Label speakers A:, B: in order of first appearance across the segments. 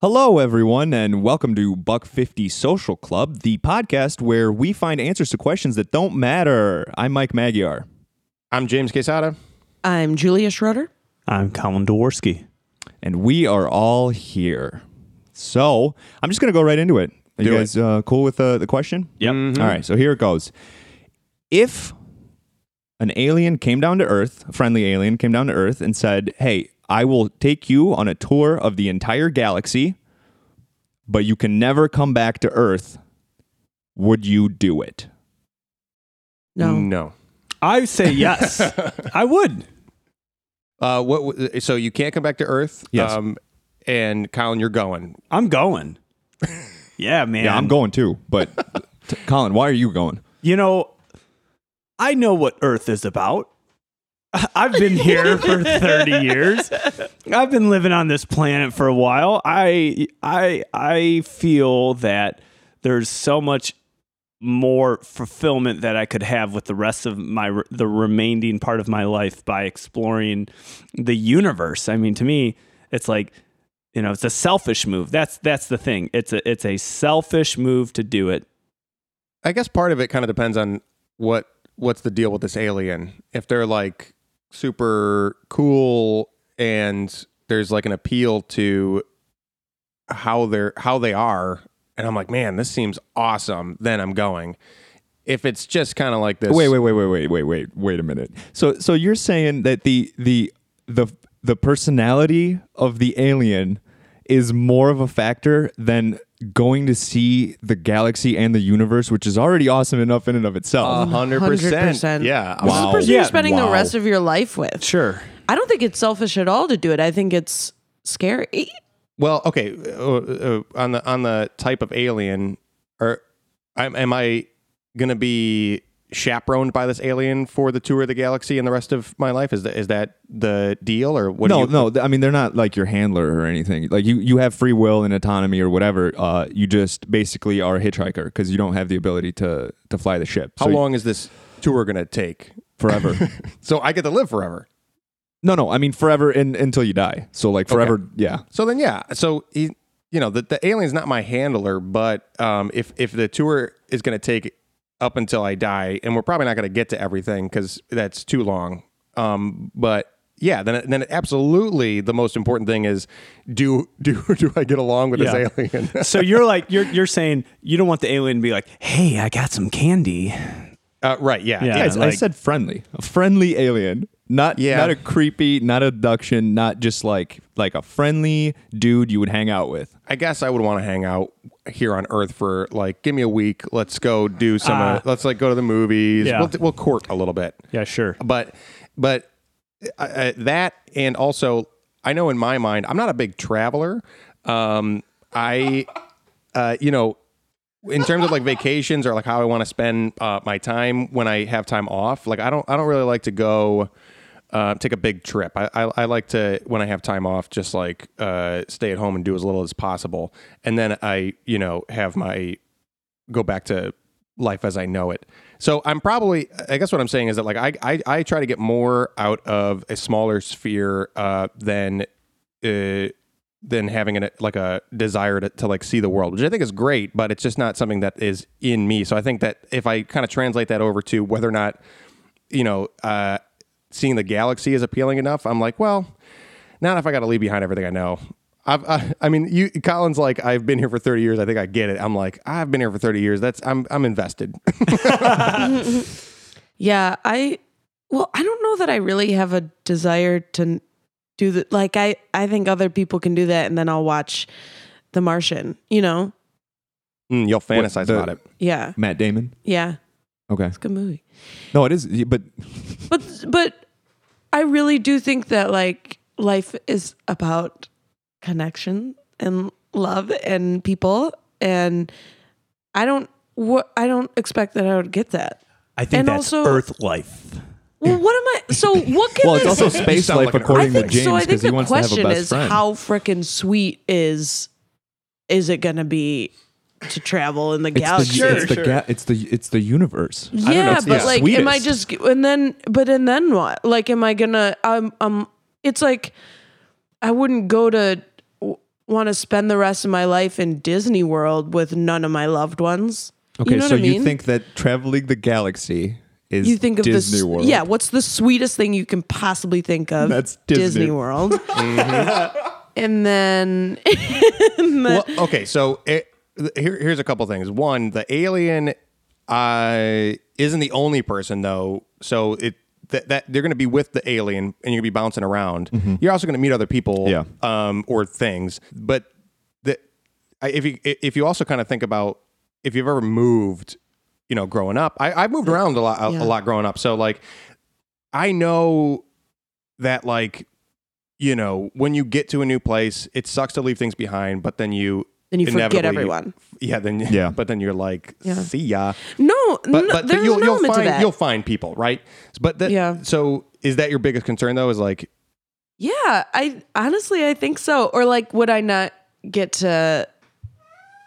A: Hello, everyone, and welcome to Buck 50 Social Club, the podcast where we find answers to questions that don't matter. I'm Mike Magyar.
B: I'm James Quesada.
C: I'm Julia Schroeder.
D: I'm Colin Dworsky.
A: and we are all here. So I'm just going to go right into it. Are you
B: Do it. Mm-hmm.
A: guys uh, cool with uh, the question?
D: Yep.
A: All right. So here it goes. If an alien came down to Earth, a friendly alien came down to Earth and said, Hey, I will take you on a tour of the entire galaxy, but you can never come back to Earth, would you do it?
C: No.
B: No.
D: I say yes. I would.
B: Uh, what? w- So you can't come back to Earth. Um,
A: Yes.
B: and Colin, you're going.
D: I'm going. Yeah, man.
A: Yeah, I'm going too. But t- Colin, why are you going?
D: You know, I know what Earth is about. I've been here for 30 years. I've been living on this planet for a while. I I I feel that there's so much more fulfillment that I could have with the rest of my the remaining part of my life by exploring the universe. I mean, to me, it's like you know, it's a selfish move. That's that's the thing. It's a it's a selfish move to do it.
B: I guess part of it kind of depends on what what's the deal with this alien. If they're like super cool and there's like an appeal to how they're how they are, and I'm like, man, this seems awesome. Then I'm going. If it's just kind of like this,
A: Wait, wait, wait, wait, wait, wait, wait, wait a minute. So, so you're saying that the the the the personality of the alien is more of a factor than going to see the galaxy and the universe, which is already awesome enough in and of itself.
B: hundred percent,
C: 100%.
B: yeah,
C: This is the person
D: Yeah.
C: you're spending
A: Wow.
C: the rest of your life with.
D: Sure.
C: I don't think it's selfish at all to do it. I think it's scary.
B: Well, okay, uh, uh, on the on the type of alien, or am, am I gonna be chaperoned by this alien for the tour of the galaxy and the rest of my life? Is that is that the deal, or what? do
A: no,
B: you,
A: no. th- I mean, they're not like your handler or anything. Like you, you have free will and autonomy or whatever. Uh, you just basically are a hitchhiker because you don't have the ability to to fly the ship.
B: How
A: So you-
B: long is this tour gonna take?
A: Forever.
B: So I get to live forever.
A: no, no. I mean, forever in, until you die. So like forever. Yeah.
B: So then, yeah. So he, you know, the, the alien's not my handler, but um, if if the tour is going to take up until I die, and we're probably not going to get to everything because that's too long. Um, but yeah, then then absolutely the most important thing is do do do I get along with
D: Yeah.
B: this alien?
D: so you're like you're you're saying you don't want the alien to be like, "Hey, I got some candy."
B: uh, right? Yeah.
D: Yeah.
A: Yeah, I- I
D: like-
A: said friendly, a friendly alien, not
B: Yeah.
A: not a creepy, not a abduction, not just like like a friendly dude you would hang out with.
B: I guess I would want to hang out here on Earth for like, give me a week. Let's go do some. uh, let's like go to the movies.
D: Yeah.
B: We'll, we'll court a little bit.
D: Yeah, sure.
B: but but uh, uh, that and also I know in my mind I'm not a big traveler. Um, I uh, you know in terms of like vacations or like how I want to spend uh, my time when I have time off. Like I don't I don't really like to go. Uh, take a big trip. I, I, I like to when I have time off, just like uh, stay at home and do as little as possible, and then I you know have my go back to life as I know it. So I'm probably, I guess what I'm saying is that like I I, I try to get more out of a smaller sphere uh, than uh, than having an, like a desire to, to like see the world, which I think is great, but it's just not something that is in me. So I think that if I kind of translate that over to whether or not you know uh, seeing the galaxy is appealing enough, I'm like, well, not if I got to leave behind everything I know. I've, I, I mean, you, Colin's like, I've been here for 30 years. I think I get it. I'm like, I've been here for 30 years. That's, I'm, I'm invested.
C: Yeah, I well, I don't know that I really have a desire to n- do that. Like I I think other people can do that and then I'll watch The Martian, you know?
B: Mm, you'll fantasize
A: the-
B: about it.
C: Yeah.
A: Matt Damon.
C: Yeah.
A: Okay,
C: It's a good movie.
A: no, it is, but
C: But but I really do think that like life is about connection and love and people and I don't what I don't expect that I would get that.
D: I think
C: And
D: that's
C: also-
D: Earth life.
C: Well, what am I? So what can
A: well, it's
C: I
A: also
C: say?
A: space
B: sound
A: life
B: like an
C: I
A: according to
C: think so. I
A: James
C: think
A: because he
C: the
A: wants to have a
C: question
A: best
C: is
A: friend.
C: how freaking sweet is is it going to be to travel in the
A: it's the,
C: galaxy?
A: it's, the ga- it's the it's the universe.
B: know,
C: Yeah,
B: it's
C: but
B: the
C: like, am I
A: sweetest.
C: just and then? But and then what? Like, am I gonna? Um, um, it's like I wouldn't go to w- want to spend the rest of my life in Disney World with none of my loved ones.
A: Okay,
C: you know
A: so
C: what I mean?
A: you think that traveling the galaxy is
C: you think of
A: Disney
C: this,
A: World?
C: yeah. What's the sweetest thing you can possibly think of?
A: That's Disney.
C: World.
B: Mm-hmm.
C: and then
B: well, okay, so it, th- here, here's a couple things. One, the alien uh, isn't the only person though, so it that, that they're going to be with the alien and you're going to be bouncing around. You're also going to meet other people,
A: Yeah.
B: um, or things. But the, I- if you if you also kind of think about if you've ever moved, you know, growing up, I, I've moved around a lot a,
C: Yeah.
B: a lot growing up, so like I know that like you know when you get to a new place it sucks to leave things behind but then you
C: then you forget
B: inevitably-
C: everyone.
B: yeah then
A: Yeah.
B: yeah but then you're like
C: Yeah.
B: see ya
C: No,
B: but,
C: no
B: but,
C: there's
B: but you'll,
C: an
B: you'll
C: element
B: find
C: to that.
B: you'll find people right but that,
C: Yeah.
B: so is that your biggest concern though is like
C: Yeah, I honestly I think so. Or like, would I not get to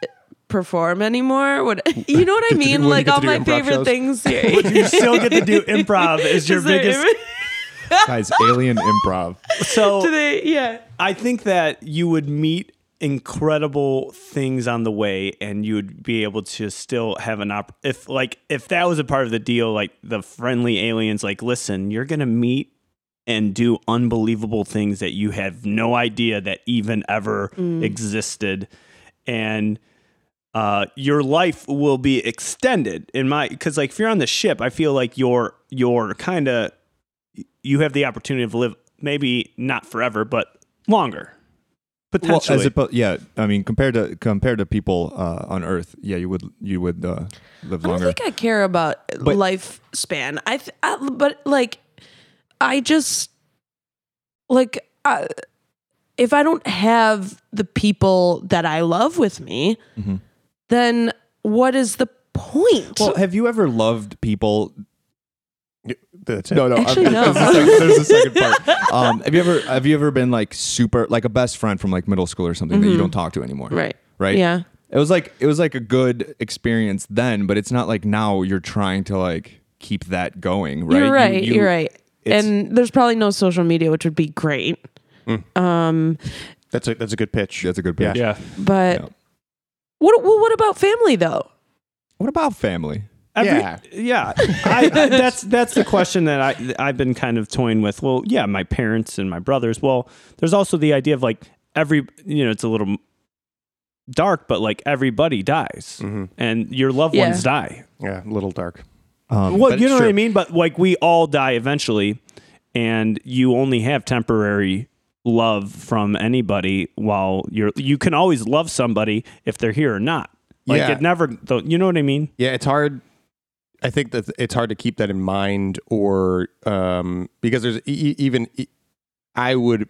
C: eh, perform anymore? Would you know what I mean?
B: wouldn't
C: like
B: get
C: all
B: to do
C: my
B: improv
C: favorite
B: shows?
C: things.
D: You still get to do improv is your
C: Is there-
D: biggest.
A: guys, alien improv.
D: So
C: do they- yeah,
D: I think that you would meet incredible things on the way and you would be able to still have an op if like if that was a part of the deal like the friendly aliens like listen you're going to meet and do unbelievable things that you have no idea that even ever existed and uh, your life will be extended in my because like if you're on the ship i feel like you're you're kind of you have the opportunity to live maybe not forever but longer
A: Well,
D: potentially
A: as oppo- yeah, I mean, compared to compared to people uh, on Earth, yeah, you would you would uh, live
C: I don't
A: longer.
C: think I care about
A: But-
C: lifespan. I, th- I but like, I just like I, if I don't have the people that I love with me,
A: Mm-hmm.
C: then what is the point?
A: well, have you ever loved people?
B: that's it.
A: No, no.
C: Actually, no.
A: There's a second, there's a second part. Um, have you ever have you ever been like super like a best friend from like middle school or something that you don't talk to anymore?
C: Mm-hmm. right.
A: Right.
C: Yeah.
A: It was like it was like a good experience then, but it's not like now you're trying to like keep that going, right?
C: You're right. You,
A: you-
C: are right.
A: it's- Hmm.
C: And there's probably no social media, which would be great. Um,
B: that's a that's a good pitch
A: That's a good pitch.
D: yeah
C: but
A: Yeah.
C: what? Well, what about family though?
A: What about family?
D: Every-
B: Yeah.
D: yeah. I, I- that's that's the question that I I've been kind of toying with. Well, yeah, my parents and my brothers. Well, there's also the idea of like every you know it's a little dark, but like everybody dies,
B: Mm-hmm.
D: and your loved
C: Yeah.
D: ones die.
B: yeah a little dark
A: Um,
D: Well,
A: but
D: you
A: it's
D: know what I
A: true.
D: mean. But like we all die eventually, and you only have temporary love from anybody. While you're you can always love somebody if they're here or not. Like
B: Yeah.
D: it never. though- You know what I mean.
B: yeah it's hard i think that it's hard to keep that in mind or um because there's e- e- even e- i would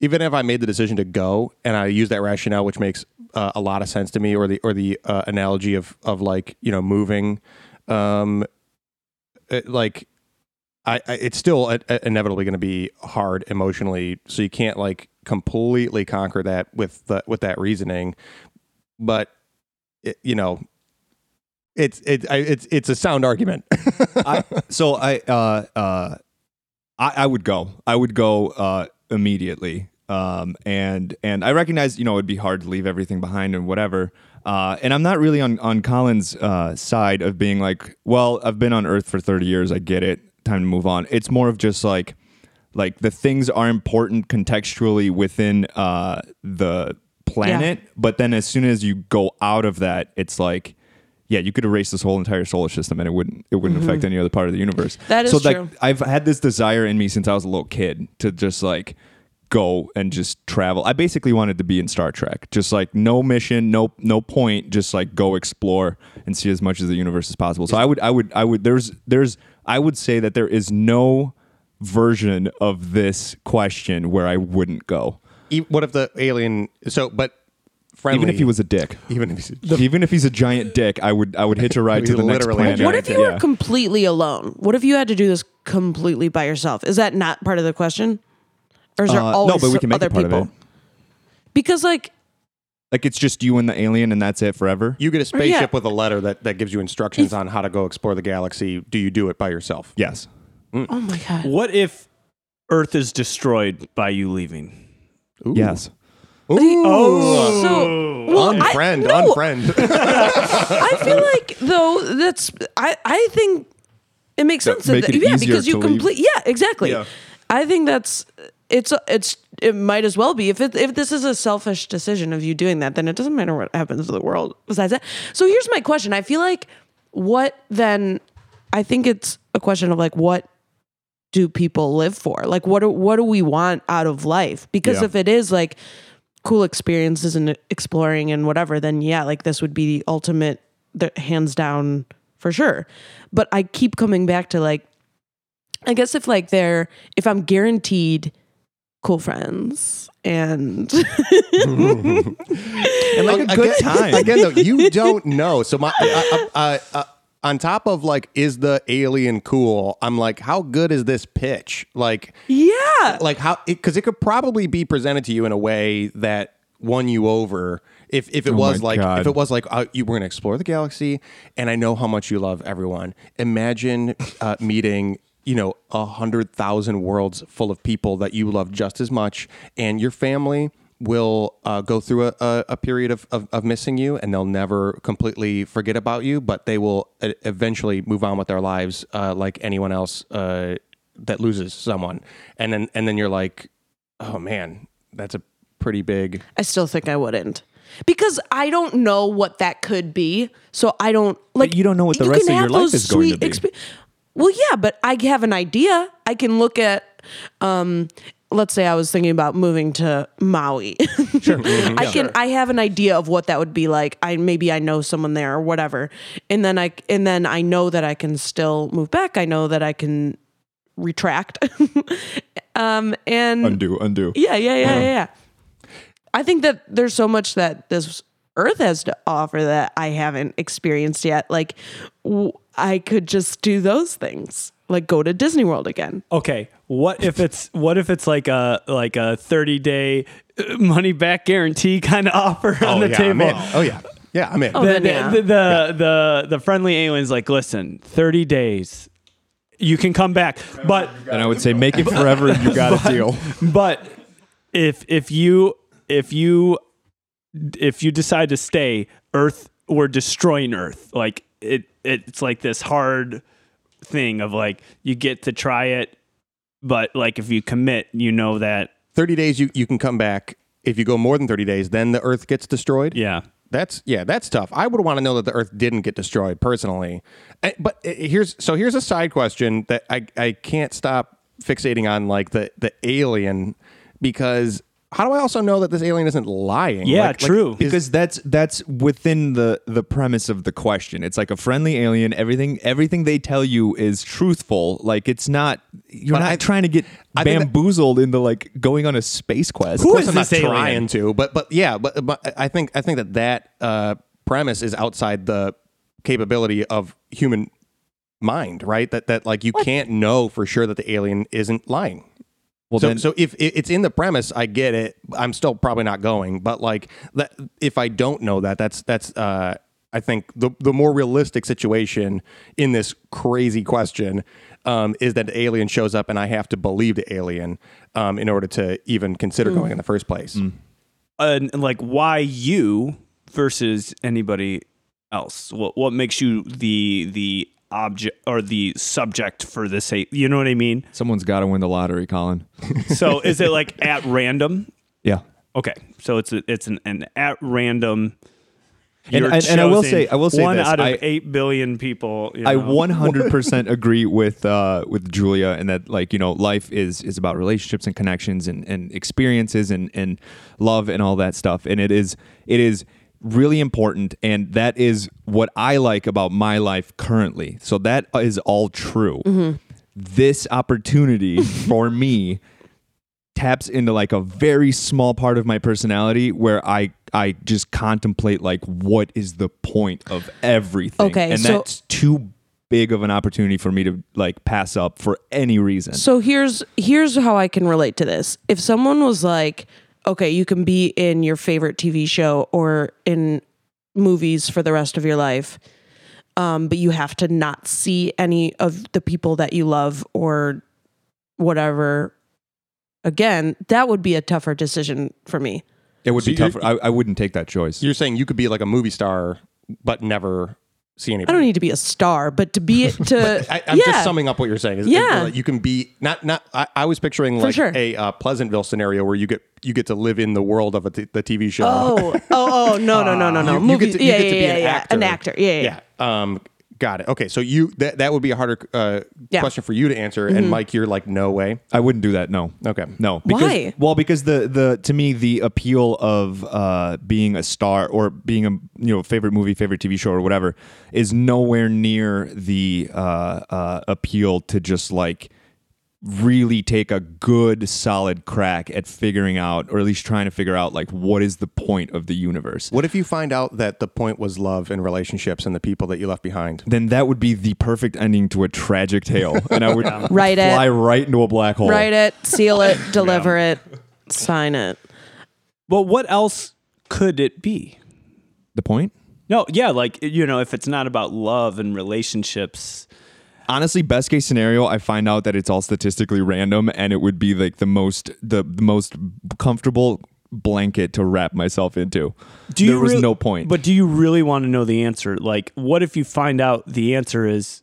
B: even if I made the decision to go and I use that rationale, which makes uh, a lot of sense to me, or the or the uh, analogy of of like you know moving, um, it- like I, I it's still uh, uh, inevitably going to be hard emotionally, so you can't like completely conquer that with the with that reasoning, but it, you know. It's it, I, it's it's a sound argument.
A: I, so I, uh, uh, I, I would go. I would go uh, immediately. Um, and and I recognize, you know, it'd be hard to leave everything behind and whatever. Uh, and I'm not really on on Colin's uh, side of being like, well, I've been on Earth for 30 years. I get it. Time to move on. It's more of just like, like the things are important contextually within uh, the planet, but then as soon as you go out of that, it's like, yeah, you could erase this whole entire solar system and it wouldn't it wouldn't affect any other part of the universe.
C: That is
A: so like
C: true.
A: I've had this desire in me since I was a little kid to just like go and just travel. I basically wanted to be in Star Trek. Just like no mission, no no point, just like go explore and see as much of the universe as possible. So I would I would I would there's there's I would say that there is no version of this question where I wouldn't go.
B: E- what if the alien? So, but friendly,
A: Even if he was a dick.
B: even if he's
A: Even if he's a giant dick, I would I would hitch a ride to the next
B: Literally a
A: planet.
B: giant
C: What if you
A: Yeah.
C: were completely alone? What if you had to do this completely by yourself? Is that not part of the question? Or is there
A: Uh,
C: always
A: no, but we can make
C: other
A: it part
C: people?
A: of it.
C: Because like,
A: Like it's just you and the alien, and that's it forever.
B: You get a spaceship
C: yeah.
B: with a letter that, that gives you instructions on how to go explore the galaxy. Do you do it by yourself?
A: yes.
C: oh my god,
D: What if Earth is destroyed by you leaving?
B: Ooh.
A: Yes.
B: Ooh.
C: So, well, Oh. I-
B: unfriend,
C: no,
B: unfriend.
C: I feel like though that's I I think it makes sense
A: make
C: that,
A: it
C: yeah
A: easier
C: because you
A: to leave.
C: complete yeah exactly.
A: Yeah.
C: I think that's it's it's it might as well be if it, if this is a selfish decision of you doing that then it doesn't matter what happens to the world besides that. So here's my question. I feel like what then I think it's a question of like what do people live for? Like what do, what do we want out of life? Because
A: Yeah.
C: if it is like cool experiences and exploring and whatever, then yeah, like this would be the ultimate the hands down for sure. But I keep coming back to like I guess if like they're if I'm guaranteed cool friends and
B: and
A: like a good time.
B: Again, though, you don't know. So my, I, I, I, I, on top of like, is the alien cool? I'm like, how good is this pitch? Like,
C: yeah.
B: like how? Because it, could probably be presented to you in a way that won you over. If, if it was
A: my
B: like
A: God.
B: if it was like uh, you were gonna explore the galaxy, and I know how much you love everyone. Imagine uh, meeting you know a hundred thousand worlds full of people that you love just as much, and your family will uh, go through a, a, a period of, of, of missing you and they'll never completely forget about you but they will e- eventually move on with their lives uh, like anyone else uh, that loses someone and then and then you're like oh man that's a pretty big
C: I still think I wouldn't. Because I don't know what that could be. So I don't like
A: you don't know what the
C: you
A: rest
C: can
A: of your
C: have
A: life
C: those
A: is going to
C: sweet
A: be.
C: expe- well, yeah, but I have an idea. I can look at um let's say I was thinking about moving to Maui.
A: Mm-hmm.
C: I can I have an idea of what that would be like. I maybe I know someone there or whatever. And then I and then I know that I can still move back. I know that I can retract. um and
A: Undo, undo.
C: yeah, yeah, yeah, yeah, yeah. I think that there's so much that this earth has to offer that I haven't experienced yet. Like, w- I could just do those things, like go to Disney World again.
D: Okay, what if it's what if it's like a like a 30 day money back guarantee kind of offer on the
B: yeah, I'm
D: table?
B: in. oh yeah yeah i'm in
C: Oh,
D: the,
C: then yeah.
D: the, the, the, the, the friendly aliens like listen 30 days you can come back but
A: And I would say, make it forever. You got a deal.
D: but if if you if you if you decide to stay earth we're destroying earth like it it's like this hard thing of like you get to try it but like if you commit you know that
B: 30 days you, you can come back if you go more than 30 days then the earth gets destroyed
D: yeah
B: That's yeah, that's tough. I would want to know that the Earth didn't get destroyed personally. Eh, But eh, here's so here's a side question that I I can't stop fixating on like the the alien because how do I also know that this alien isn't lying?
D: Yeah,
B: Like- like,
D: true.
B: is-
A: because that's that's within the the premise of the question it's like a friendly alien everything everything they tell you is truthful like it's not you're
B: But
A: not
B: I-
A: trying to get
B: I think that-
A: bamboozled into like going on a space quest
B: of
D: Who
B: course
D: is
B: I'm not
D: this alien?
B: trying to, but but yeah, but, but I think I think that that uh, premise is outside the capability of human mind, right? That that like you can't know for sure that the alien isn't lying.
A: well
B: so,
A: then
B: so if it- it's in the premise, I get it. I'm still probably not going, but like that, if I don't know that, that's that's uh, I think the the more realistic situation in this crazy question um, is that the alien shows up and I have to believe the alien um, in order to even consider
C: Hmm.
B: going in the first place.
A: Hmm.
D: and like why you versus anybody else what what makes you the the object or the subject for this a- you know what i mean
A: someone's got to win the lottery colin
D: so is it like at random
A: yeah
D: okay so it's a, it's an, an at random
A: And-
D: you're
A: and- and I will
D: chosen
A: say- I will say
D: one
A: this,
D: out of
A: I-
D: eight billion people you
A: I
D: know.
A: 100% agree with uh, with Julia and that like you know life is is about relationships and connections and, and experiences and and love and all that stuff and it is it is really important and that is what I like about my life currently. So that is all true. This opportunity for me taps into like a very small part of my personality where I I just contemplate like what is the point of everything.
C: Okay,
A: and
C: so-
A: that's too big of an opportunity for me to like pass up for any reason.
C: So here's here's how I can relate to this. If someone was like, "Okay, you can be in your favorite TV show or in movies for the rest of your life, um, but you have to not see any of the people that you love or whatever again," that would be a tougher decision for me.
A: It would
B: So
A: be
B: you're-
A: tough. I, I wouldn't take that choice.
B: You're saying you could be like a movie star, but never see
C: I
B: anybody.
C: don't need to be a star, but to be to
B: I, I'm
C: yeah.
B: just summing up what you're saying. Is- is
C: Yeah.
B: that you can be not not. I, I was picturing like
C: sure.
B: a uh, Pleasantville scenario where you get you get to live in the world of a t- the TV show.
C: Oh, oh, oh, no, no, no, no, no.
B: You- you
C: Movie,
B: get to- you
C: yeah,
B: get to be
C: yeah, yeah,
B: an
C: yeah.
B: actor.
C: An actor, yeah, yeah. yeah.
B: yeah. Um, got it. Okay, so you that that would be a harder uh,
C: Yeah. Mm-hmm.
B: question for you to answer. And Mike, you're like, no way.
A: I wouldn't do that. No.
B: Okay.
A: No.
C: Why?
A: Well, because the the to me the appeal of uh, being a star or being a you know favorite movie, favorite TV show or whatever is nowhere near the uh, uh, appeal to just like really take a good solid crack at figuring out or at least trying to figure out like what is the point of the universe.
B: What if you find out that the point was love and relationships and the people that you left behind?
A: Then that would be the perfect ending to a tragic tale, and I would
C: Write it.
A: fly right into a black hole.
C: Write it, seal it, deliver it, sign it.
D: Well, what else could it be?
A: The point.
D: No, yeah, like you know, if it's not about love and relationships,
A: honestly best case scenario i find out that it's all statistically random and it would be like the most the, the most comfortable blanket to wrap myself into
D: do
A: there
D: you
A: was
D: real-
A: no point
D: But do you really want to know the answer? Like, what if you find out the answer is,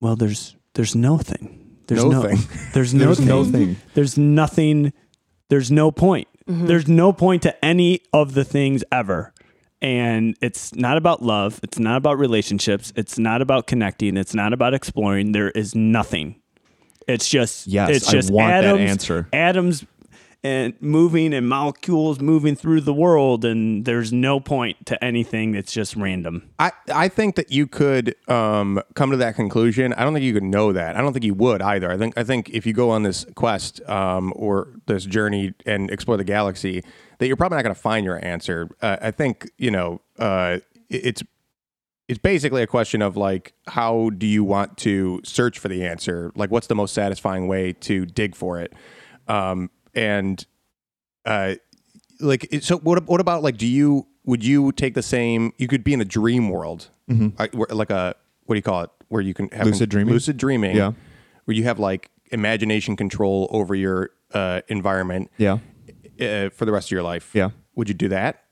D: well, there's there's no thing. There's
B: No
D: no,
B: thing.
D: There's no
A: There's
D: thing.
A: no thing.
D: There's nothing. There's no point. There's no point to any of the things ever. And it's not about love. It's not about relationships. It's not about connecting. It's not about exploring. There is nothing. It's just
A: Yes,
D: It's
A: I
D: just
A: want that
D: atoms,
A: answer.
D: Atoms and moving and molecules moving through the world, and there's no point to anything that's just random.
B: I, I think that you could um, come to that conclusion. I don't think you could know that. I don't think you would either. I think I think if you go on this quest um, or this journey and explore the galaxy, that you're probably not going to find your answer. Uh, I think you know uh, it- it's it's basically a question of like how do you want to search for the answer? Like what's the most satisfying way to dig for it? Um, and uh, like it- so what what about like do you would you take the same you could be in a dream world I- where- like a what do you call it where you can have
A: Mm-hmm. Lucid dreaming?
B: lucid dreaming
A: Yeah.
B: where you have like imagination control over your uh, environment
A: yeah
B: uh, for the rest of your life
A: Yeah.
B: would you do that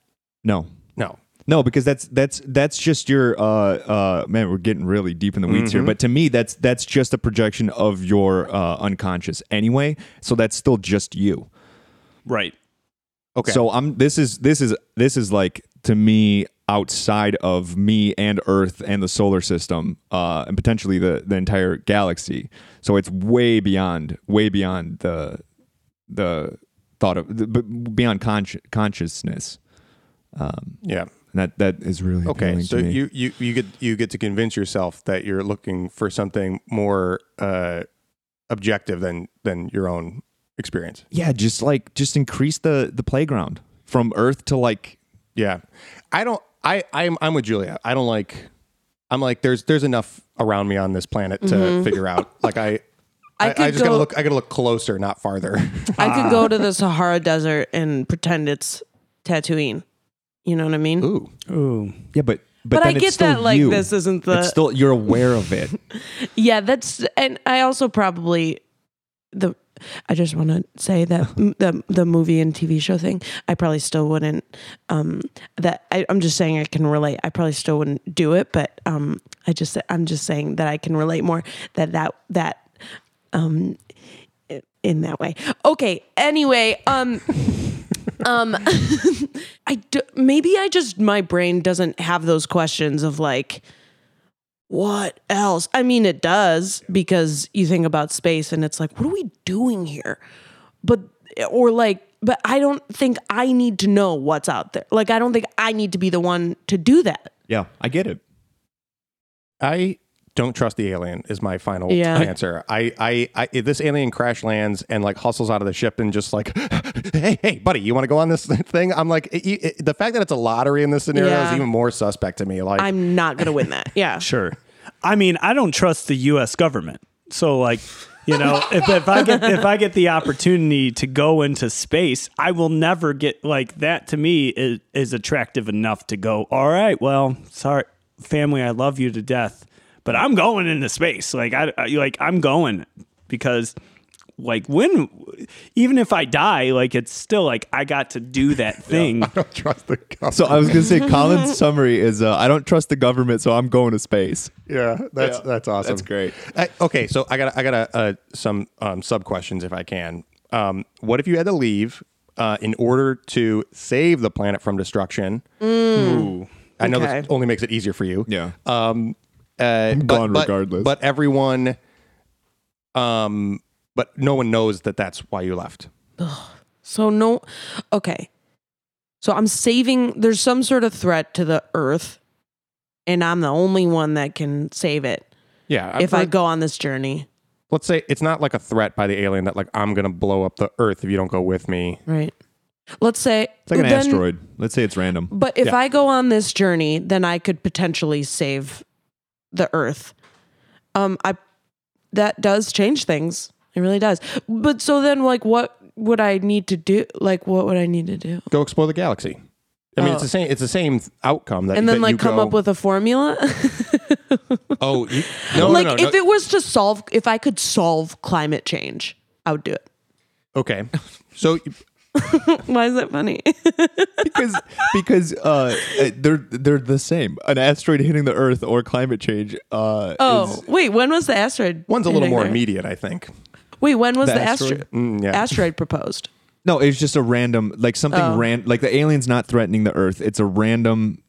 A: no
B: no
A: no because that's that's that's just your uh uh man we're getting really deep in the weeds here but to me that's that's just a projection of your uh unconscious anyway so that's still just you
D: Right.
B: okay
A: So I'm this is this is this is like to me outside of me and Earth and the solar system uh, and potentially the the entire galaxy. So it's way beyond way beyond the the thought of the, b- beyond consci- consciousness.
B: yeah
A: And that that is really
B: okay
A: appealing
B: so
A: to me.
B: you, you you get you get to convince yourself that you're looking for something more uh, objective than than your own experience
A: yeah, just like just increase the the playground from Earth to like
B: Yeah. I don't I I'm I'm with Julia. I don't like I'm like there's there's enough around me on this planet to figure out. Like I I,
C: Mm-hmm. I could
B: I just gotta
C: go-
B: look I gotta look closer, not farther.
C: I could go to the Sahara Desert and pretend it's Tatooine. You know what I mean?
B: Ooh.
D: Ooh.
A: yeah, but but,
C: But I
A: then it's
C: get
A: still
C: that, like,
A: you.
C: this isn't the-
A: It's still you're aware of it.
C: Yeah, that's and I also probably the I just want to say that m- the the movie and TV show thing, I probably still wouldn't um that I I'm just saying I can relate. I probably still wouldn't do it, but um I just I'm just saying that I can relate more that that that um i- in that way. Okay, anyway, um um I do, maybe I just my brain doesn't have those questions of like what else? I mean, it does because you think about space and it's like, what are we doing here? But, or like, but I don't think I need to know what's out there. Like, I don't think I need to be the one to do that.
A: Yeah, I get it.
B: I don't trust the alien is my final
C: Yeah.
B: answer. I, I, I if this alien crash lands and like hustles out of the ship and just like, hey, hey, buddy, you want to go on this thing? I'm like, it, it, the fact that it's a lottery in this scenario is
C: Yeah.
B: even more suspect to me. Like,
C: I'm not going to win that. Yeah.
D: Sure. I mean, I don't trust the U.S. government. So, like, you know, if, if I get if I get the opportunity to go into space, I will never get like that. To me, is, is attractive enough to go. All right, well, sorry, family, I love you to death, but I'm going into space. Like, I, I like I'm going because like when even if I die, like it's still like I got to do that thing.
B: don't trust the government.
A: So uh, I was gonna say Colin's summary is uh, I don't trust the government, so I'm going to space.
B: yeah, that's that's awesome.
A: That's great.
B: I, okay, so I got I got a, uh, some um, sub questions if I can. Um, what if you had to leave uh, in order to save the planet from destruction?
D: Ooh.
B: I know
C: Mm. Okay.
B: this only makes it easier for you.
A: Yeah.
B: Um, uh, but,
A: gone
B: but-
A: regardless.
B: But everyone, um, but no one knows that that's why you left.
C: So no, okay. So I'm saving. There's some sort of threat to the Earth, and I'm the only one that can save it
B: Yeah.
C: if I go on this journey.
B: let's say it's not like a threat by the alien that like I'm gonna blow up the Earth if you don't go with me.
C: Right. Let's say
A: It's like an
C: then-
A: asteroid. Let's say it's random.
C: But if
B: Yeah.
C: I go on this journey, then I could potentially save the Earth. Um, I that does change things. It really does. But so then, like, what would I need to do? Like, what would I need to do?
B: Go explore the galaxy. I mean, it's
C: Oh.
B: the same. It's the same outcome that.
C: And then,
B: that you
C: like, come
B: go-
C: up with a formula.
B: Oh, you, no,
C: like
B: no, no,
C: if it was to solve if i could solve climate change i would do it
B: okay. So
C: why is that funny
A: because because uh, uh, they're they're the same. An asteroid hitting the Earth or climate change. Uh,
C: oh
A: is-
C: wait when was the asteroid
B: one's a little
C: hitting
B: more
C: there?
B: immediate, I think.
C: wait when was
A: The
C: the,
A: asteroid?
C: asteroid
B: Mm, yeah.
C: asteroid proposed
A: no, it's just a random like something
C: Oh.
A: ran like the alien's not threatening the Earth. It's a random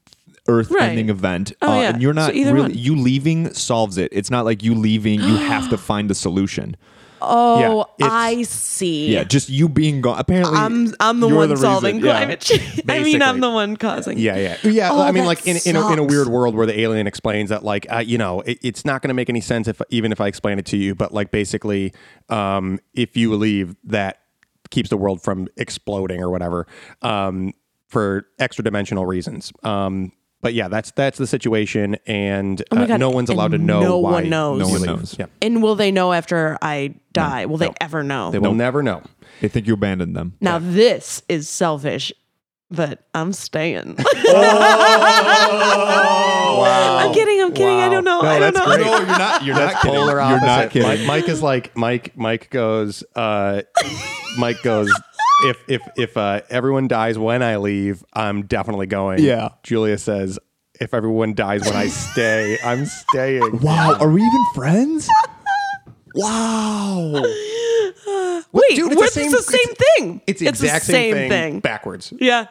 A: earth-ending
C: Right.
A: event Uh,
C: Oh, yeah.
A: and you're not
C: So either
A: really
C: one.
A: you leaving solves it it's not like you leaving you have to find a solution
C: oh
B: Yeah, it's-
C: i see
A: yeah just you being gone apparently
C: i'm i'm the
A: you're
C: one
A: the
C: solving
A: reason. Yeah.
C: climate change i mean
B: Basically.
C: i'm the one causing
B: Yeah, yeah, yeah.
C: Oh,
B: I mean,
C: that
B: like in, in, a, in a
C: sucks.
B: weird world where the alien explains that, like, uh, you know, it, it's not going to make any sense if even if I explain it to you. But like, basically, um, if you leave, that keeps the world from exploding or whatever um, for extra dimensional reasons. Um, but yeah, that's that's the situation, and
C: Oh my
B: uh,
C: God,
B: no one's
C: and
B: allowed to know.
C: no
B: why
C: one knows.
A: no
B: you
A: one
B: leave.
A: knows
B: Yeah,
C: and will they know after i die will they
B: No.
C: ever know
B: they'll never know.
A: they think you abandoned them
C: now this is selfish but i'm staying i'm kidding i'm kidding i don't know
B: No,
C: i don't
B: that's
C: know
B: great.
A: No, Oh, you're not. You're
B: That's
A: not kidding.
B: polar
A: You're
B: opposite.
A: not kidding.
B: Mike, Mike is like Mike. Mike goes. Uh, Mike goes. If if if uh, everyone dies when I leave, I'm definitely going.
A: Yeah.
B: Julia says, if everyone dies when I stay, I'm staying.
A: wow, are we even friends? wow.
C: Wait,
B: Dude,
C: dude,
B: it's
C: it's,
B: the
C: the same,
B: same-
C: thing.
B: It's the exact same, thing, backwards.
C: yeah.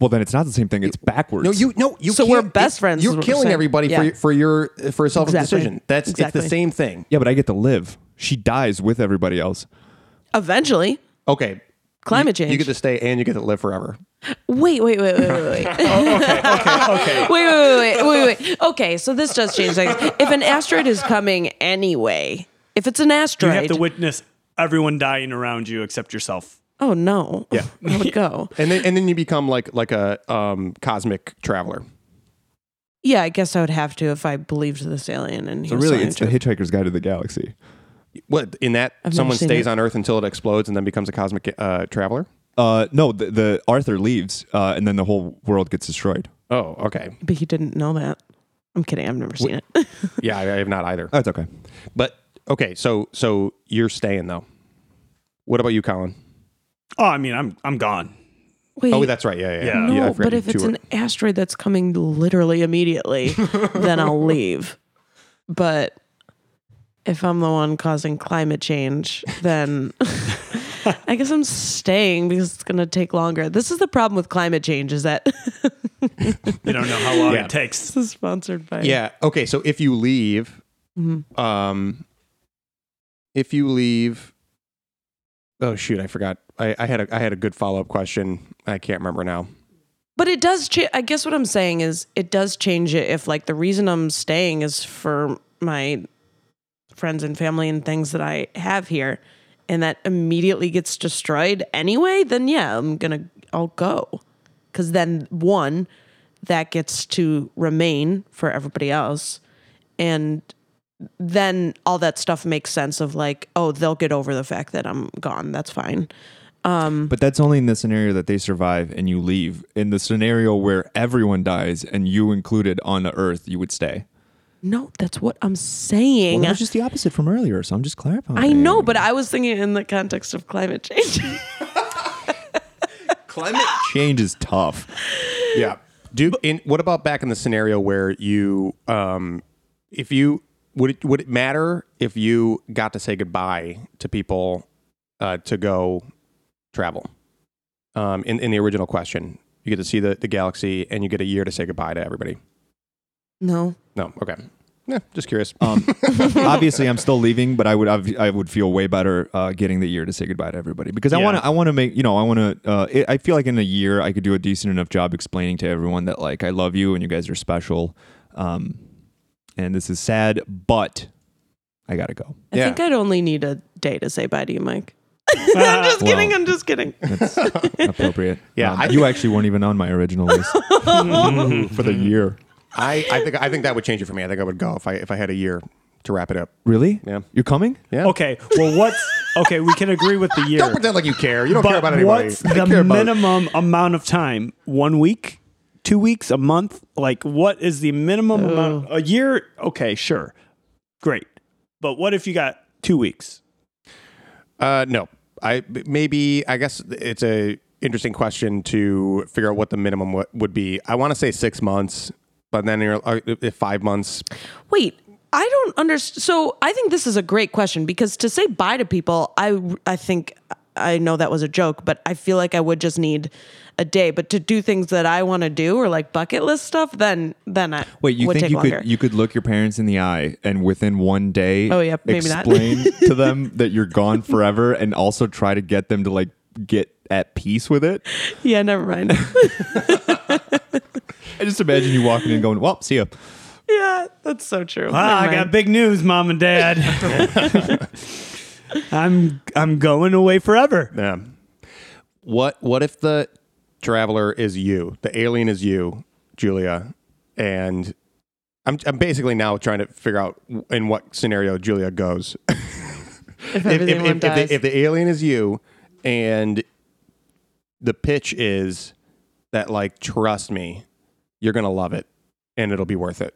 A: Well, then it's not the same thing. It's backwards.
B: No, you no you.
C: So we're
B: can't-
C: best
B: it-
C: friends is
B: You're
C: what we're
B: killing
C: saying.
B: everybody
C: Yeah.
B: for your for your for a selfish
C: Exactly.
B: decision. That's it's
C: Exactly.
B: the same thing.
A: Yeah, but I get to live. She dies with everybody else.
C: Eventually,
B: Okay.
C: climate change.
B: You get to stay and you get to live forever.
C: wait, wait, wait, wait, wait, wait. okay, okay, okay. wait, wait, wait, wait, wait, wait. Okay, so this does change things. If an asteroid is coming anyway, if it's an
D: You
C: asteroid,
D: have to witness everyone dying around you except yourself.
C: oh no, yeah, I would go.
B: And then and then you become like like a um, cosmic traveler.
C: Yeah, I guess I would have to if I believed this alien and he
A: So
C: was
A: really,
C: telling
A: it's
C: the
A: the
C: truth.
A: Hitchhiker's Guide to the Galaxy.
B: What in that
C: I've never
B: someone
C: seen
B: stays
C: it.
B: on Earth until it explodes and then becomes a cosmic uh, traveler?
A: Uh, no, the, the Arthur leaves, uh, and then the whole world gets destroyed.
B: Oh, okay.
C: But he didn't know that. I'm kidding. I've never seen it.
B: Yeah, I, I have not either.
A: That's Oh, okay.
B: But okay, so so you're staying though. What about you, Colin?
D: Oh, I mean, I'm I'm gone.
C: Wait,
B: Oh, that's right. Yeah, yeah. yeah.
D: Yeah.
C: No,
B: yeah I forgot
C: but
B: you
C: if it's
B: two
C: an asteroid that's coming literally immediately, then I'll leave. But if I'm the one causing climate change, then I guess I'm staying because it's going to take longer. This is the problem with climate change is that
D: You don't know how long
B: Yeah.
D: it takes.
C: this is sponsored by
B: were- yeah. Okay, so if you leave,
C: Mhm.
B: um, if you leave, oh shoot, I forgot. I, I had a I had a good follow up question. I can't remember now.
C: But it does change. I guess what I'm saying is it does change it if, like, the reason I'm staying is for my friends and family and things that I have here, and that immediately gets destroyed anyway, then yeah, I'm gonna, I'll go. Cause then, one, that gets to remain for everybody else. And then all that stuff makes sense of, like, oh, they'll get over the fact that I'm gone. That's fine.
A: But that's only in the scenario that they survive and you leave. In the scenario where everyone dies and you included on the Earth, you would stay.
C: No, that's what I'm saying.
A: Well, that was just the opposite from earlier, so I'm just clarifying.
C: I know, but I was thinking in the context of climate change.
A: Climate change is tough.
B: Yeah. Do in, what about back in the scenario where you, um, if you would it would it matter if you got to say goodbye to people uh, to go travel? Um, in in the original question, you get to see the the galaxy and you get a year to say goodbye to everybody.
C: no.
B: No, okay. Yeah, just curious.
A: Um, obviously, I'm still leaving, but I would I've, I would feel way better uh, getting the year to say goodbye to everybody because I
D: Yeah.
A: want to I want to make you know I want to uh, it- I feel like in a year I could do a decent enough job explaining to everyone that like I love you and you guys are special, um, and this is sad, but I gotta go.
C: I
B: Yeah.
C: think I'd only need a day to say bye to you, Mike. I'm just
A: Uh, Well.
C: kidding. I'm just kidding.
A: That's appropriate.
B: Yeah,
A: Um,
B: I-
A: you actually weren't even on my original list for the year.
B: I, I think I think that would change it for me. I think I would go if I if I had a year to wrap it up.
A: Really?
B: Yeah.
A: You're coming?
B: Yeah.
D: Uh, Okay. Well, what's okay? We can agree with the year.
B: Don't pretend like you care. You don't care about anybody.
D: what's
B: I
D: the
B: care about-
D: minimum amount of time? One week, two weeks, a month? Like, what is the minimum
A: Uh.
D: amount? A year? Okay, sure, great. But what if you got two weeks?
B: Uh, no, I maybe I guess it's a interesting question to figure out what the minimum w- would be. I want to say six months, but then you're uh, if five months.
C: Wait, I don't understand. So I think this is a great question because to say bye to people, I I think I know that was a joke, but I feel like I would just need a day. But to do things that I want to do or like bucket list stuff, then then I
A: Wait, you
C: would
A: think
C: take
A: you
C: longer.
A: could you could look your parents in the eye and within one day
C: Oh, yeah, maybe not.
A: explain to them that you're gone forever and also try to get them to like get at peace with it?
C: yeah, never mind.
A: I just imagine you walking in going, Well, see ya.
C: yeah, that's so true.
D: Ah,
C: Never
D: I got
C: mind.
D: big news, mom and dad. I'm I'm going away forever.
B: Yeah. What What if the traveler is you? The alien is you, Julia, and I'm I'm basically now trying to figure out in what scenario Julia goes. if,
C: If,
B: if,
C: everyone
B: if, if,
C: dies.
B: the, if the alien is you and the pitch is that like trust me you're gonna love it and it'll be worth it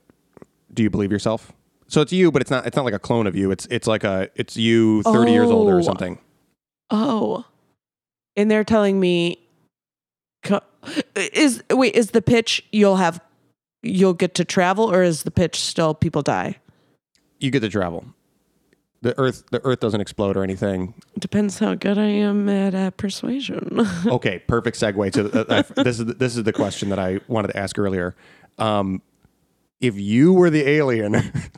B: do you believe yourself so it's you but it's not it's not like a clone of you it's it's like a it's you 30 years older
C: Oh.
B: or something
C: Oh. And they're telling me co- is wait, is the pitch you'll have you'll get to travel or is the pitch still people die?
B: you get to travel the earth the earth doesn't explode or anything
C: Depends how good I am at uh, persuasion.
B: okay perfect segue to the, uh, I- this is the, this is the question that i wanted to ask earlier um if you were the alien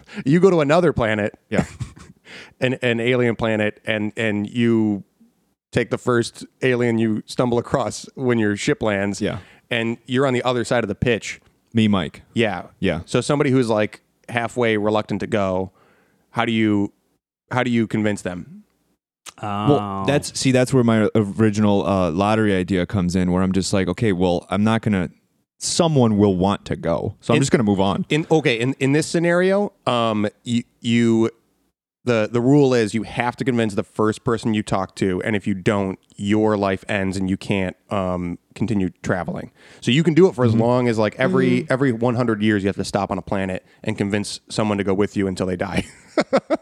B: you go to another planet
A: Yeah.
B: an, an alien planet and and you take the first alien you stumble across when your ship lands
A: Yeah.
B: and you're on the other side of the pitch
A: Me, Mike.
B: yeah
A: Yeah.
B: so somebody who's like halfway reluctant to go how do you how do you convince them
C: Oh.
A: Well, that's see, that's where my original uh, lottery idea comes in, where I'm just like, okay, well, I'm not gonna. Someone will want to go, so I'm
B: In-
A: just gonna move on.
B: in okay in in this scenario um you you the the rule is you have to convince the first person you talk to and if you don't your life ends and you can't um continue traveling so you can do it for as long as like every every 100 years you have to stop on a planet and convince someone to go with you until they die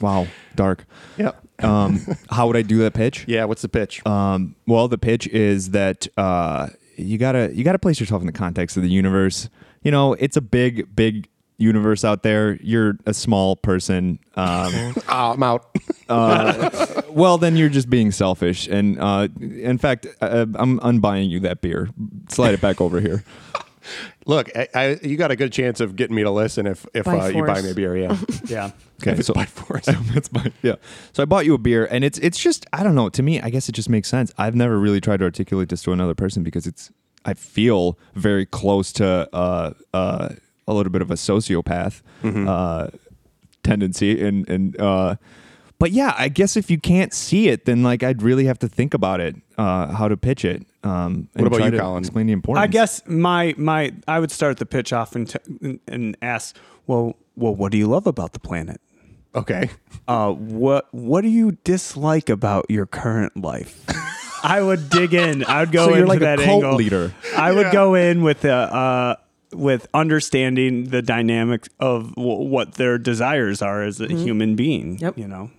A: Wow, dark.
B: yeah
A: Um, how would I do that pitch?
B: yeah what's the pitch
A: Um, well, the pitch is that uh, you gotta you gotta place yourself in the context of the universe. You know, it's a big, big universe out there. You're a small person. Um,
B: Ah, i'm out
A: well, then you're just being selfish. And uh, in fact, uh, I'm unbuying you that beer. Slide it back over here.
B: look I, I you got a good chance of getting me to listen if if
C: By
B: uh, you buy
C: force.
B: me a beer yeah
D: Oh, yeah.
A: Okay,
B: it's
A: so
B: by force
A: that's my yeah. So I bought you a beer, and it's it's just I don't know. To me, I guess it just makes sense. I've never really tried to articulate this to another person because it's I feel very close to uh, uh, a little bit of a sociopath
B: Mm-hmm.
A: uh, tendency, and and uh, but yeah, I guess if you can't see it, then like I'd really have to think about it, uh, how to pitch it. Um, and
B: What about
A: try
B: you,
A: to
B: Colin?
A: Explain the importance.
D: I guess my my I would start the pitch off and, t- and and ask, well, well, what do you love about the planet?
B: okay
D: uh, what what do you dislike about your current life? I would dig in. I would go
A: So you're
D: into
A: like a
D: that
A: cult
D: angle.
A: leader.
D: I would go in with a, uh, with understanding the dynamics of w- what their desires are as a human being.
C: Yep.
D: You know,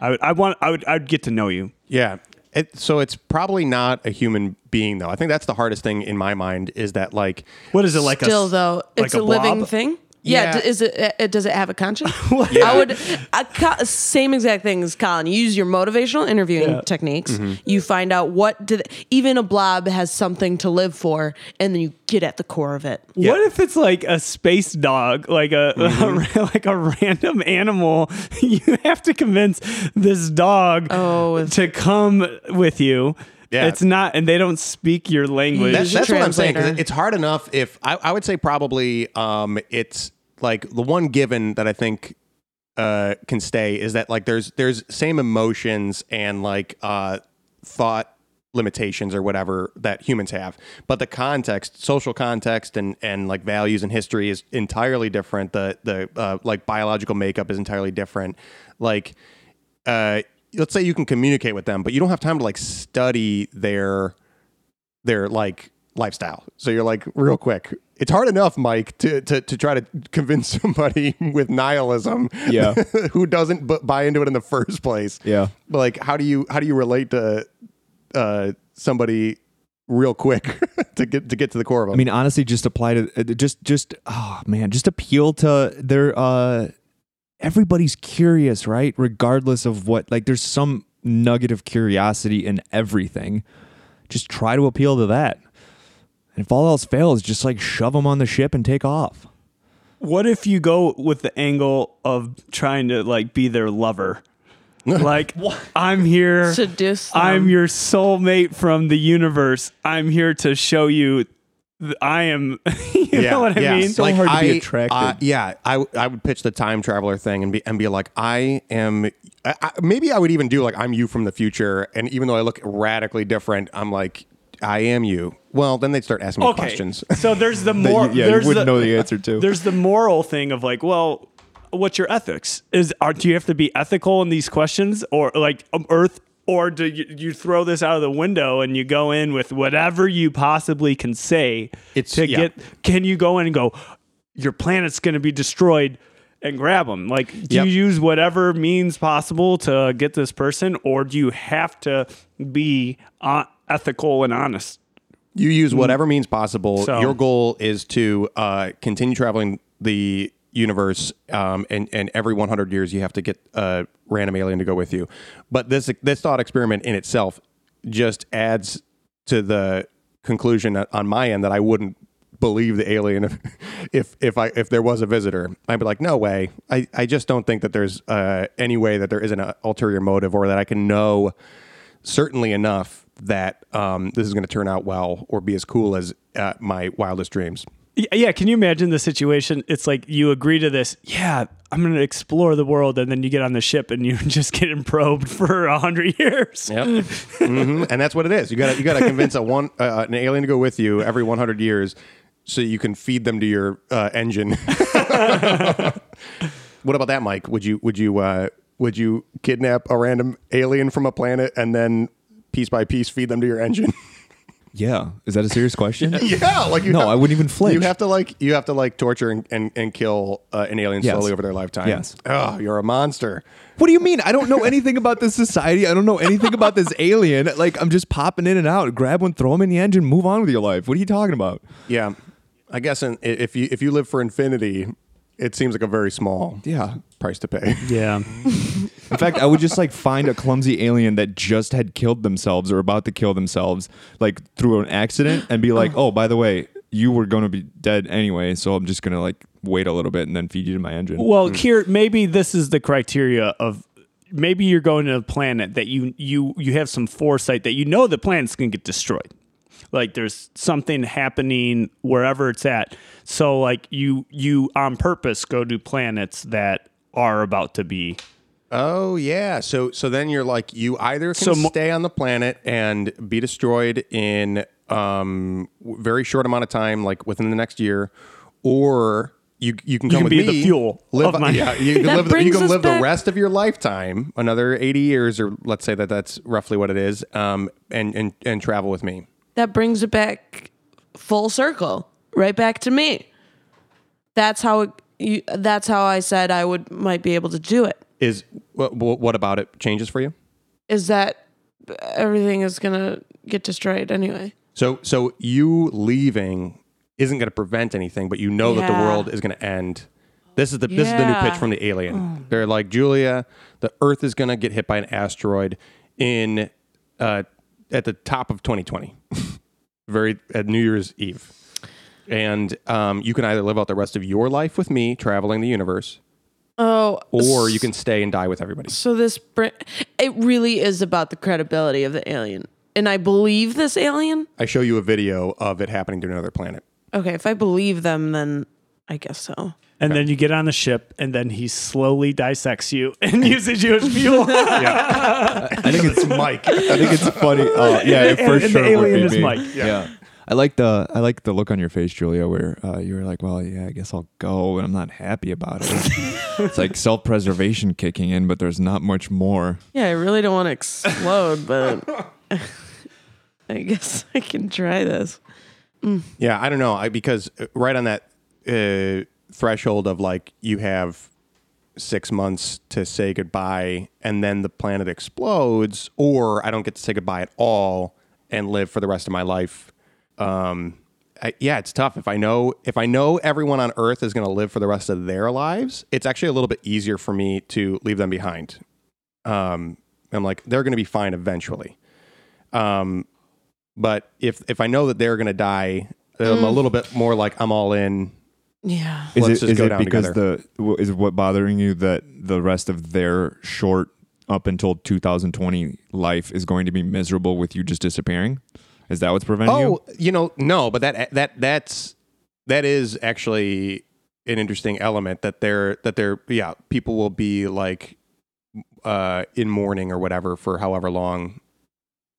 D: I would, I want, I would, I'd get to know you.
B: Yeah. It, so it's probably not a human being though. I think that's the hardest thing in my mind is that like
D: What is it like?
C: Still
D: a,
C: though,
D: like
C: it's a, living
D: blob?
C: thing. Yeah,
B: Yeah.
C: d- is it, uh, does it have a conscience? I would I, co- same exact thing as Colin. You use your motivational interviewing techniques.
D: Mm-hmm.
C: You find out what did even a blob has something to live for, and then you get at the core of it.
D: What if it's like a space dog, like a, a like a random animal? You have to convince this dog
C: Oh, if-
D: to come with you.
B: Yeah.
D: It's not, and they don't speak your language.
B: That-
C: Use your
B: that's what I'm saying. 'cause
C: translator.
B: It's hard enough if I, I would say probably um, it's like the one given that I think uh, can stay is that like there's there's same emotions and like uh, thought limitations or whatever that humans have, but the context, social context, and and like values and history is entirely different. The the uh, like biological makeup is entirely different. Like. Uh, let's say you can communicate with them, but you don't have time to like study their their like lifestyle. So you're like real quick. It's hard enough, Mike, to to, to try to convince somebody with nihilism,
A: Yeah.
B: who doesn't bu- buy into it in the first place.
A: Yeah.
B: but like how do you how do you relate to uh, somebody real quick to get to get to the core of them?
A: I mean, honestly, just apply to uh, just just oh man, just appeal to their uh everybody's curious, right? Regardless of what like there's some nugget of curiosity in everything. Just try to appeal to that. And if all else fails, just like shove them on the ship and take off.
D: What if you go with the angle of trying to like be their lover? Like I'm here
C: Seduce them.
D: I'm your soulmate from the universe. I'm here to show you th- I am you know what I mean?
A: So hard to be attracted.
B: uh, yeah, I, w- I would pitch the time traveler thing and be and be like, I am. I, I, maybe I would even do like I'm you from the future, and even though I look radically different, I'm like I am you. Well, then they'd start asking me
D: okay.
B: questions.
D: So there's the moral
A: yeah, you
D: there's
A: wouldn't know the answer to.
D: There's the moral thing of like, well, what's your ethics? Is are do you have to be ethical in these questions or like um, earth or do you, you throw this out of the window and you go in with whatever you possibly can say
B: It's-
D: to
B: yeah.
D: get can you go in and go your planet's going to be destroyed and grab them like do
B: Yep.
D: you use whatever means possible to get this person or do you have to be uh, ethical and honest
B: You use whatever means possible.
D: So-
B: Your goal is to uh, continue traveling the universe, um, and and every 100 years you have to get a random alien to go with you. But this this thought experiment in itself just adds to the conclusion that- on my end that I wouldn't believe the alien if if, if I if there was a visitor. I'd be like, no way. I, I just don't think that there's uh, any way that there isn't an ulterior motive or that I can know certainly enough that um, this is going to turn out well or be as cool as uh, my wildest dreams.
D: Y- Yeah, can you imagine the situation? It's like you agree to this. Yeah, I'm going to explore the world, and then you get on the ship and you're just getting probed for a hundred years.
B: hmm And that's what it is. You got to you got to convince a one uh, an alien to go with you every 100 years, so you can feed them to your uh, engine. what about that, Mike? Would you would you uh, would you kidnap a random alien from a planet and then piece by piece feed them to your engine?
A: Yeah. Is that a serious question?
B: yeah, like you
A: No,
B: have-
A: I wouldn't even flinch.
B: You have to like you have to like torture and and, and kill uh, an alien
A: Yes.
B: slowly over their lifetime.
A: Yes.
B: Oh, you're a monster.
A: What do you mean? I don't know anything about this society. I don't know anything about this alien. Like I'm just popping in and out. Grab one, throw him in the engine, move on with your life. What are you talking about?
B: Yeah, I guess in, i- if you if you live for infinity, it seems like a very small
A: Yeah.
B: price to pay.
D: Yeah.
A: In fact, I would just like find a clumsy alien that just had killed themselves or about to kill themselves, like through an accident, and be like, "Oh, by the way, you were going to be dead anyway, so I'm just gonna like wait a little bit and then feed you to my engine."
D: Well, here maybe this is the criteria of maybe you're going to a planet that you you you have some foresight that you know the planet's going to get destroyed. Like there's something happening wherever it's at. So like you you on purpose go to planets that are about to be
B: oh yeah, so so then you're like you either can
D: So mo-
B: stay on the planet and be destroyed in um w- very short amount of time, like within the next year, or you, you can come
D: can
B: with me,
D: be the fuel
B: Live,
D: of my-
B: yeah, you can
C: That
B: live, the, you
C: brings
B: can
C: us
B: live the
C: back-
B: rest of your lifetime, another eighty years, or let's say that that's roughly what it is, um, and and and travel with me.
C: that brings it back full circle, right back to me. That's how it, you, that's how I said I would might be able to do it.
B: Is what, what about it changes for you?
C: Is that everything is gonna get destroyed anyway?
B: So so you leaving isn't going to prevent anything, but you know that the
C: Yeah.
B: world is going to end. This is the this is the new
C: Yeah. Oh
B: pitch from the alien. They're like Julia, the Earth is going to get hit by an asteroid in uh, at the top of 2020, very at New Year's Eve, and um, you can either live out the rest of your life with me traveling the universe,
C: Oh,
B: or you can stay and die with everybody.
C: So this br- it really is about the credibility of the alien. And I believe this alien.
B: I show you a video of it happening to another planet.
C: Okay, if I believe them then I guess so.
D: And then you get on the ship, and then he slowly dissects you and uses you as fuel.
B: I think it's Mike.
A: I think it's funny. Oh, yeah, it for
D: and the
A: sure would
D: alien
A: be
D: is
A: me.
D: Mike.
A: Yeah. I like the I like the look on your face, Julia, where uh, you were like, "Well, yeah, I guess I'll go," and I'm not happy about it. it's like self preservation kicking in, but there's not much more.
C: Yeah, I really don't want to explode, but I guess I can try this.
B: Yeah, I don't know. I because uh, right on that uh, threshold of like you have six months to say goodbye, and then the planet explodes, or I don't get to say goodbye at all and live for the rest of my life. Um, I, yeah, it's tough. If I know if I know everyone on Earth is going to live for the rest of their lives, it's actually a little bit easier for me to leave them behind. Um, I'm like they're going to be fine eventually. Um, but if if I know that they're gonna die, I'm a little bit more like I'm all in.
C: Yeah.
B: Let's just go down
A: because
B: together.
A: the w- is what bothering you that the rest of their short up until 2020 life is going to be miserable with you just disappearing? Is that what's preventing you?
B: Oh, you know, no, but that that that's that is actually an interesting element that they're that they're yeah people will be like uh in mourning or whatever for however long.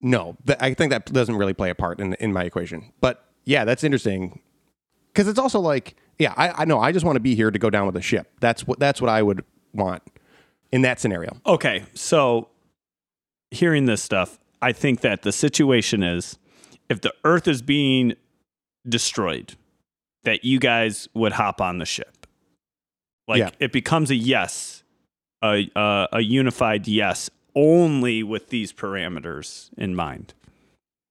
B: No, that, I think that doesn't really play a part in in my equation. But yeah, that's interesting because it's also like yeah I I know I just want to be here to go down with the ship. That's what that's what I would want in that scenario.
D: Okay, so hearing this stuff, I think that the situation is if the Earth is being destroyed, that you guys would hop on the ship. Like
B: Yeah.
D: it becomes a yes, a, a a unified yes, only with these parameters in mind.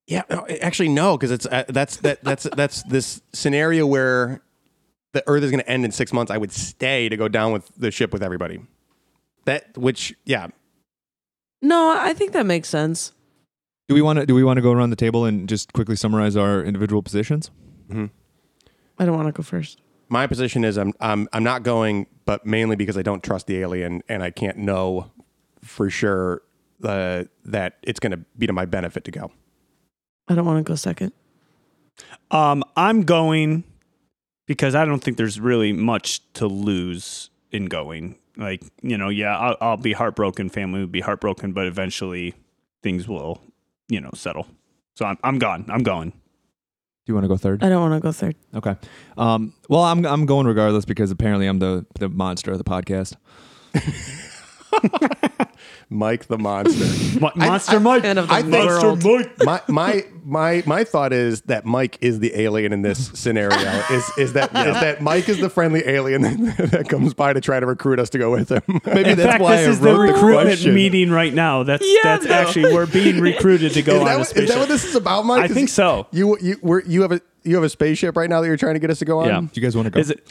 B: Yeah, no, actually, no, because it's uh, that's that that's that's this scenario where the Earth is going to end in six months. I would stay to go down with the ship with everybody. That which yeah,
C: No, I think that makes sense.
A: Do we want to do we want to go around the table and just quickly summarize our individual positions?
C: I don't want to go first.
B: mm-hmm. my position is I'm I'm I'm not going, but mainly because I don't trust the alien and I can't know for sure uh, that it's going to be to my benefit to go.
C: I don't want to go second.
D: Um, I'm going because I don't think there's really much to lose in going. Like, you know, yeah, I'll, I'll be heartbroken. Family would be heartbroken, but eventually things will, you know, settle. So I'm, I'm gone. I'm going.
A: Do you want to go third?
C: I don't want to go third.
A: Okay. Um, well, I'm I'm going regardless because apparently I'm the the monster of the podcast.
B: Mike the monster.
D: Mo- Monster Mike.
C: End of the
B: I think-
C: world.
B: my
D: Mike.
B: my my my thought is that Mike is the alien in this scenario. Is is that is that Mike is the friendly alien that, that comes by to try to recruit us to go with him?
A: Maybe
D: In
A: that's
D: fact,
A: why
D: this
A: I
D: is the
A: wrote the,
D: recruitment
A: question.
D: meeting right now. That's
C: Yeah,
D: that's
C: though.
D: actually we're being recruited to go
B: is,
D: on
B: that
D: a
B: what, is
D: spaceship.
B: that what this is about, Mike?
D: I
B: Is-
D: think so.
B: You you we're, you have a you have a spaceship right now that you're trying to get us to go on.
D: Yeah.
A: Do you guys want to go?
D: Is it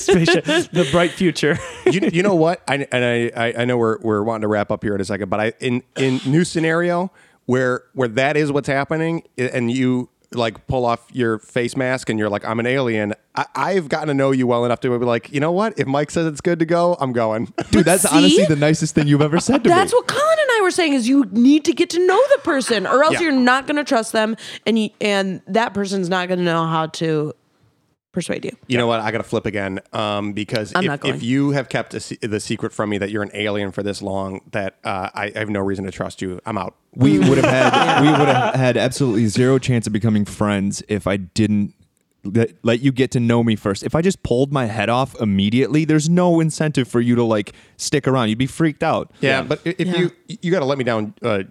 D: spaceship? The bright future.
B: you, you know what? I, and I, I, I know we're, we're wanting to wrap up here in a second, but I in in new scenario where where that is what's happening, i- and you like pull off your face mask and you're like, I'm an alien. I, I've gotten to know you well enough to be like, you know what? If Mike says it's good to go, I'm going.
A: Dude, that's
C: See?
A: honestly the nicest thing you've ever said to
C: That's
A: me.
C: what Colin and I were saying is you need to get to know the person or else
B: Yeah.
C: you're not going to trust them and you, and that person's not going to know how to persuade you.
B: You know what? I got to flip again um, because
C: I'm
B: if,
C: not going.
B: if you have kept a, se- the secret from me that you're an alien for this long, that uh, I, I have no reason to trust you. I'm out.
A: we would have had we would have had absolutely zero chance of becoming friends if I didn't let, let you get to know me first. If I just pulled my head off immediately, there's no incentive for you to like stick around. You'd be freaked out.
B: Yeah, but i- if
C: Yeah.
B: you you got to let me down uh,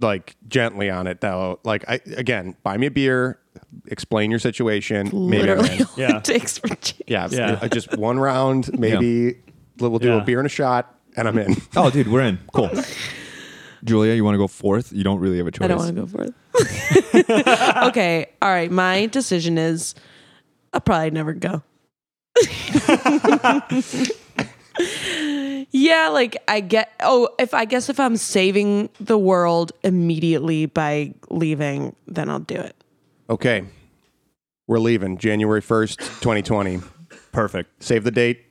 B: like gently on it though. Like I again, buy me a beer, explain your situation. Maybe I'm
C: Literally,
B: in.
C: all
D: Yeah.
C: it takes for change.
B: yeah,
D: Yeah.
B: uh, just one round. Maybe we'll do
D: Yeah.
B: a beer and a shot, and I'm in.
A: Oh, dude, we're in. Cool. Julia, you want to go fourth? You don't really have a choice.
C: I don't want to go for it. okay. All right. My decision is I'll probably never go. yeah, like I get oh, if I guess if I'm saving the world immediately by leaving, then I'll do it.
B: Okay, we're leaving January first, 2020.
D: Perfect.
B: Save the date.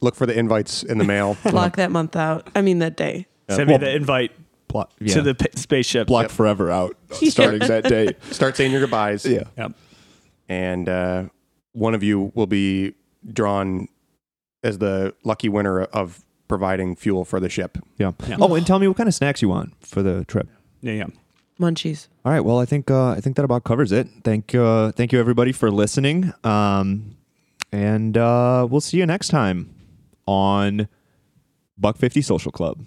B: Look for the invites in the mail.
C: Block that month out. I mean that day.
D: Send me the invite
A: Block, yeah.
D: to the p- spaceship.
A: block forever out starting that day.
B: Start saying your goodbyes.
A: Yeah.
D: Yep.
B: and uh, one of you will be drawn as the lucky winner of providing fuel for the ship.
A: Yeah.
D: Yeah.
A: Oh, and tell me what kind of snacks you want for the trip.
D: Yeah. yeah.
C: Munchies.
A: All right. Well, I think uh, I think that about covers it. Thank uh, thank you everybody for listening. Um, and uh, we'll see you next time on Buck Fifty Social Club.